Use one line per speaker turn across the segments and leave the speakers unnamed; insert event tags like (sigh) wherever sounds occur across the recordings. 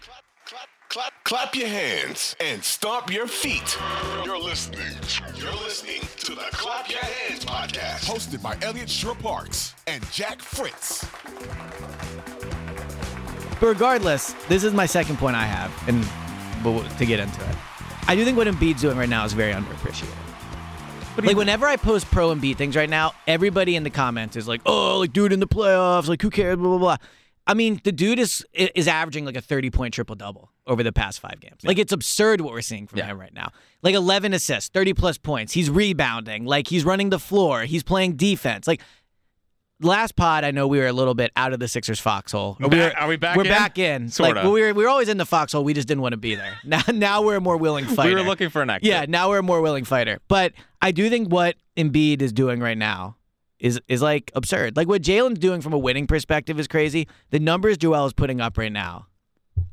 Clap, clap, clap, clap your hands and stomp your feet. You're listening. You're listening to the Clap Your Hands podcast, hosted by Elliot Shore Parks and Jack Fritz.
But regardless, this is my second point I have, and but we'll- to get into it, I do think what Embiid's doing right now is very underappreciated. Like whenever I post pro Embiid things right now, everybody in the comments is like, "Oh, like dude in the playoffs, like who cares?" Blah blah blah. I mean, the dude is is averaging like a thirty point triple double over the past five games. Like it's absurd what we're seeing from him right now. Like eleven assists, thirty plus points. He's rebounding. Like he's running the floor. He's playing defense. Like last pod, I know we were a little bit out of the Sixers foxhole.
We're
we
back-
were-
are we back
We're
in?
back in.
Sorta.
Like, we were we were always in the foxhole. We just didn't want to be there. (laughs) Now now we're a more willing fighter.
We were looking for an exit.
Yeah, now we're a more willing fighter. But I do think what Embiid is doing right now is is like absurd. Like what Jalen's doing from a winning perspective is crazy. The numbers Joel is putting up right now,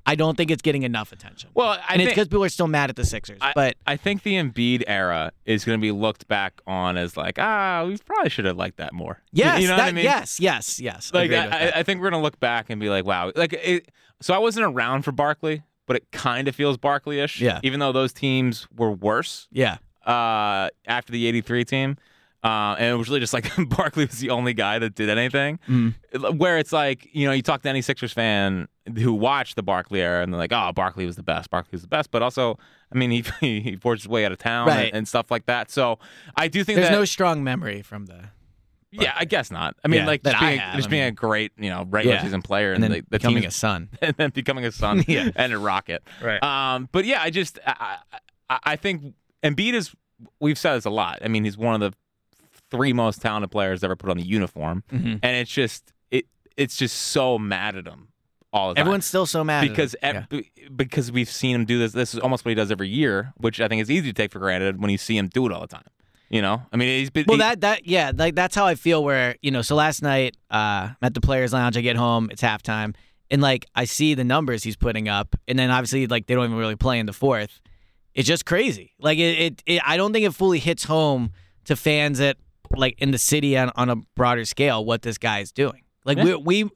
I don't think it's getting enough attention.
Well, I
and it's
think,
because people are still mad at the Sixers.
I,
but
I think the Embiid era is going to be looked back on as like, ah, we probably should have liked that more. (laughs) You-
yes,
you know
that,
what I mean?
yes, yes, yes.
Like
Agreed with
I,
that.
I- I think we're going to look back and be like, wow. Like it, so I wasn't around for Barkley, but it kind of feels Barkley-ish.
Yeah.
Even though those teams were worse
yeah.
uh, after the '83 team, uh, and it was really just like (laughs) Barkley was the only guy that did anything.
Mm-hmm.
Where it's like, you know, you talk to any Sixers fan who watched the Barkley era, and they're like, "Oh, Barkley was the best. Barkley was the best." But also, I mean, he (laughs) he forged his way out of town
Right.
and, and stuff like that. So I do think
There's
that
no strong memory from the
(laughs) yeah, I guess not. I mean,
Yeah,
like
that
just
I
being
have,
just
I
being
mean.
a great, you know, regular
Yeah.
season player
and
and,
then
the, the
becoming
team
a son.
(laughs) and then becoming a son
(laughs) Yeah.
and a rocket.
Right.
Um, but yeah, I just I, I, I think Embiid is. We've said this a lot. I mean, he's one of the three most talented players ever put on the uniform,
Mhm.
and it's just it it's just so mad at him all the time.
Everyone's still so mad at
because
him.
ev- because we've seen him do this. This is almost what he does every year, which I think is easy to take for granted when you see him do it all the time. You know, I mean, he's been
Well,
he-
that that yeah, like that's how I feel. Where you know, so last night uh, I'm at the Players Lounge, I get home, it's halftime, and like I see the numbers he's putting up, and then obviously like they don't even really play in the fourth. It's just crazy. Like it, it, it I don't think it fully hits home to fans that like in the city on, on a broader scale what this guy is doing. Like
Yeah.
we we you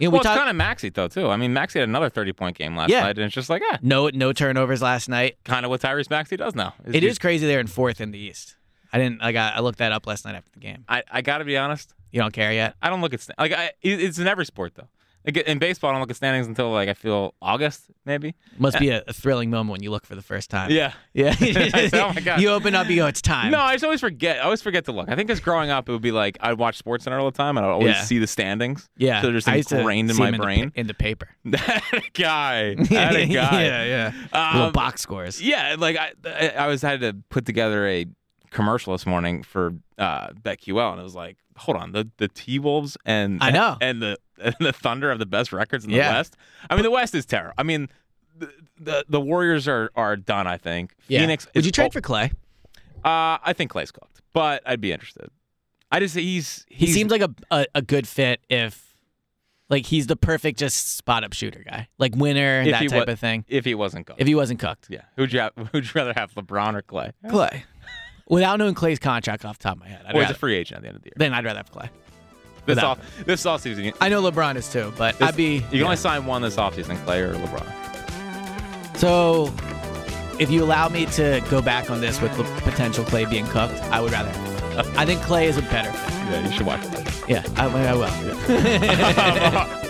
know
well,
we talk
it's kind of Maxi though too. I mean, Maxi had another thirty point game last
Yeah.
night, and it's just like, eh,
no no turnovers last night.
kind of what Tyrese Maxi does now.
It
just-
is crazy they're in fourth in the East. I didn't like I, I looked that up last night after the game.
I, I gotta be honest.
You don't care yet?
I don't look at sta- like I, it- it's in every sport though. Like in baseball, I don't look at standings until like I feel August maybe.
Must be a, a thrilling moment when you look for the first time.
Uh, Yeah.
Yeah.
(laughs) Oh my God.
You open up, you go, it's time.
No, I just always forget. I always forget to look. I think as growing up, it would be like I'd watch Sports Center all the time, and I'd always
Yeah.
see the standings.
yeah.
so they're just
I used to
ingrained in
see
my
them the
brain.
pa- in the paper.
(laughs) that
(laughs)
guy, that guy.
yeah, yeah. Little
Um,
box scores.
Yeah, like I, I I was had to put together a commercial this morning for uh, BetQL, and it was like, hold on, the the T Wolves and
I know.
(laughs) and the and the Thunder have the best records in the
Yeah.
West. I mean, the West is terrible. I mean, the the, the Warriors are are done. I think
Yeah.
Phoenix.
Would
is-
you trade for Clay?
Uh, I think Clay's cooked, but I'd be interested. I just he's,
He
he's
seems like a, a a good fit if, like, he's the perfect just spot up shooter guy, like winner
If
that
he
type
wa-
of thing.
if he wasn't cooked.
If he wasn't cooked,
yeah, who'd you have, (laughs) who'd you rather have, LeBron or Clay?
Clay. Without knowing Clay's contract off the top of my head, I'd
Or he's
rather,
a free agent at the end of the year.
then I'd rather have Clay.
This
without-
off this off season.
I know LeBron is too, but I'd be.
You can only sign one this offseason, Clay or LeBron.
So, if you allow me to go back on this with the potential Clay being cooked, I would rather. I think Clay is a better. fit.
Yeah, you should watch it.
Yeah, I, I will.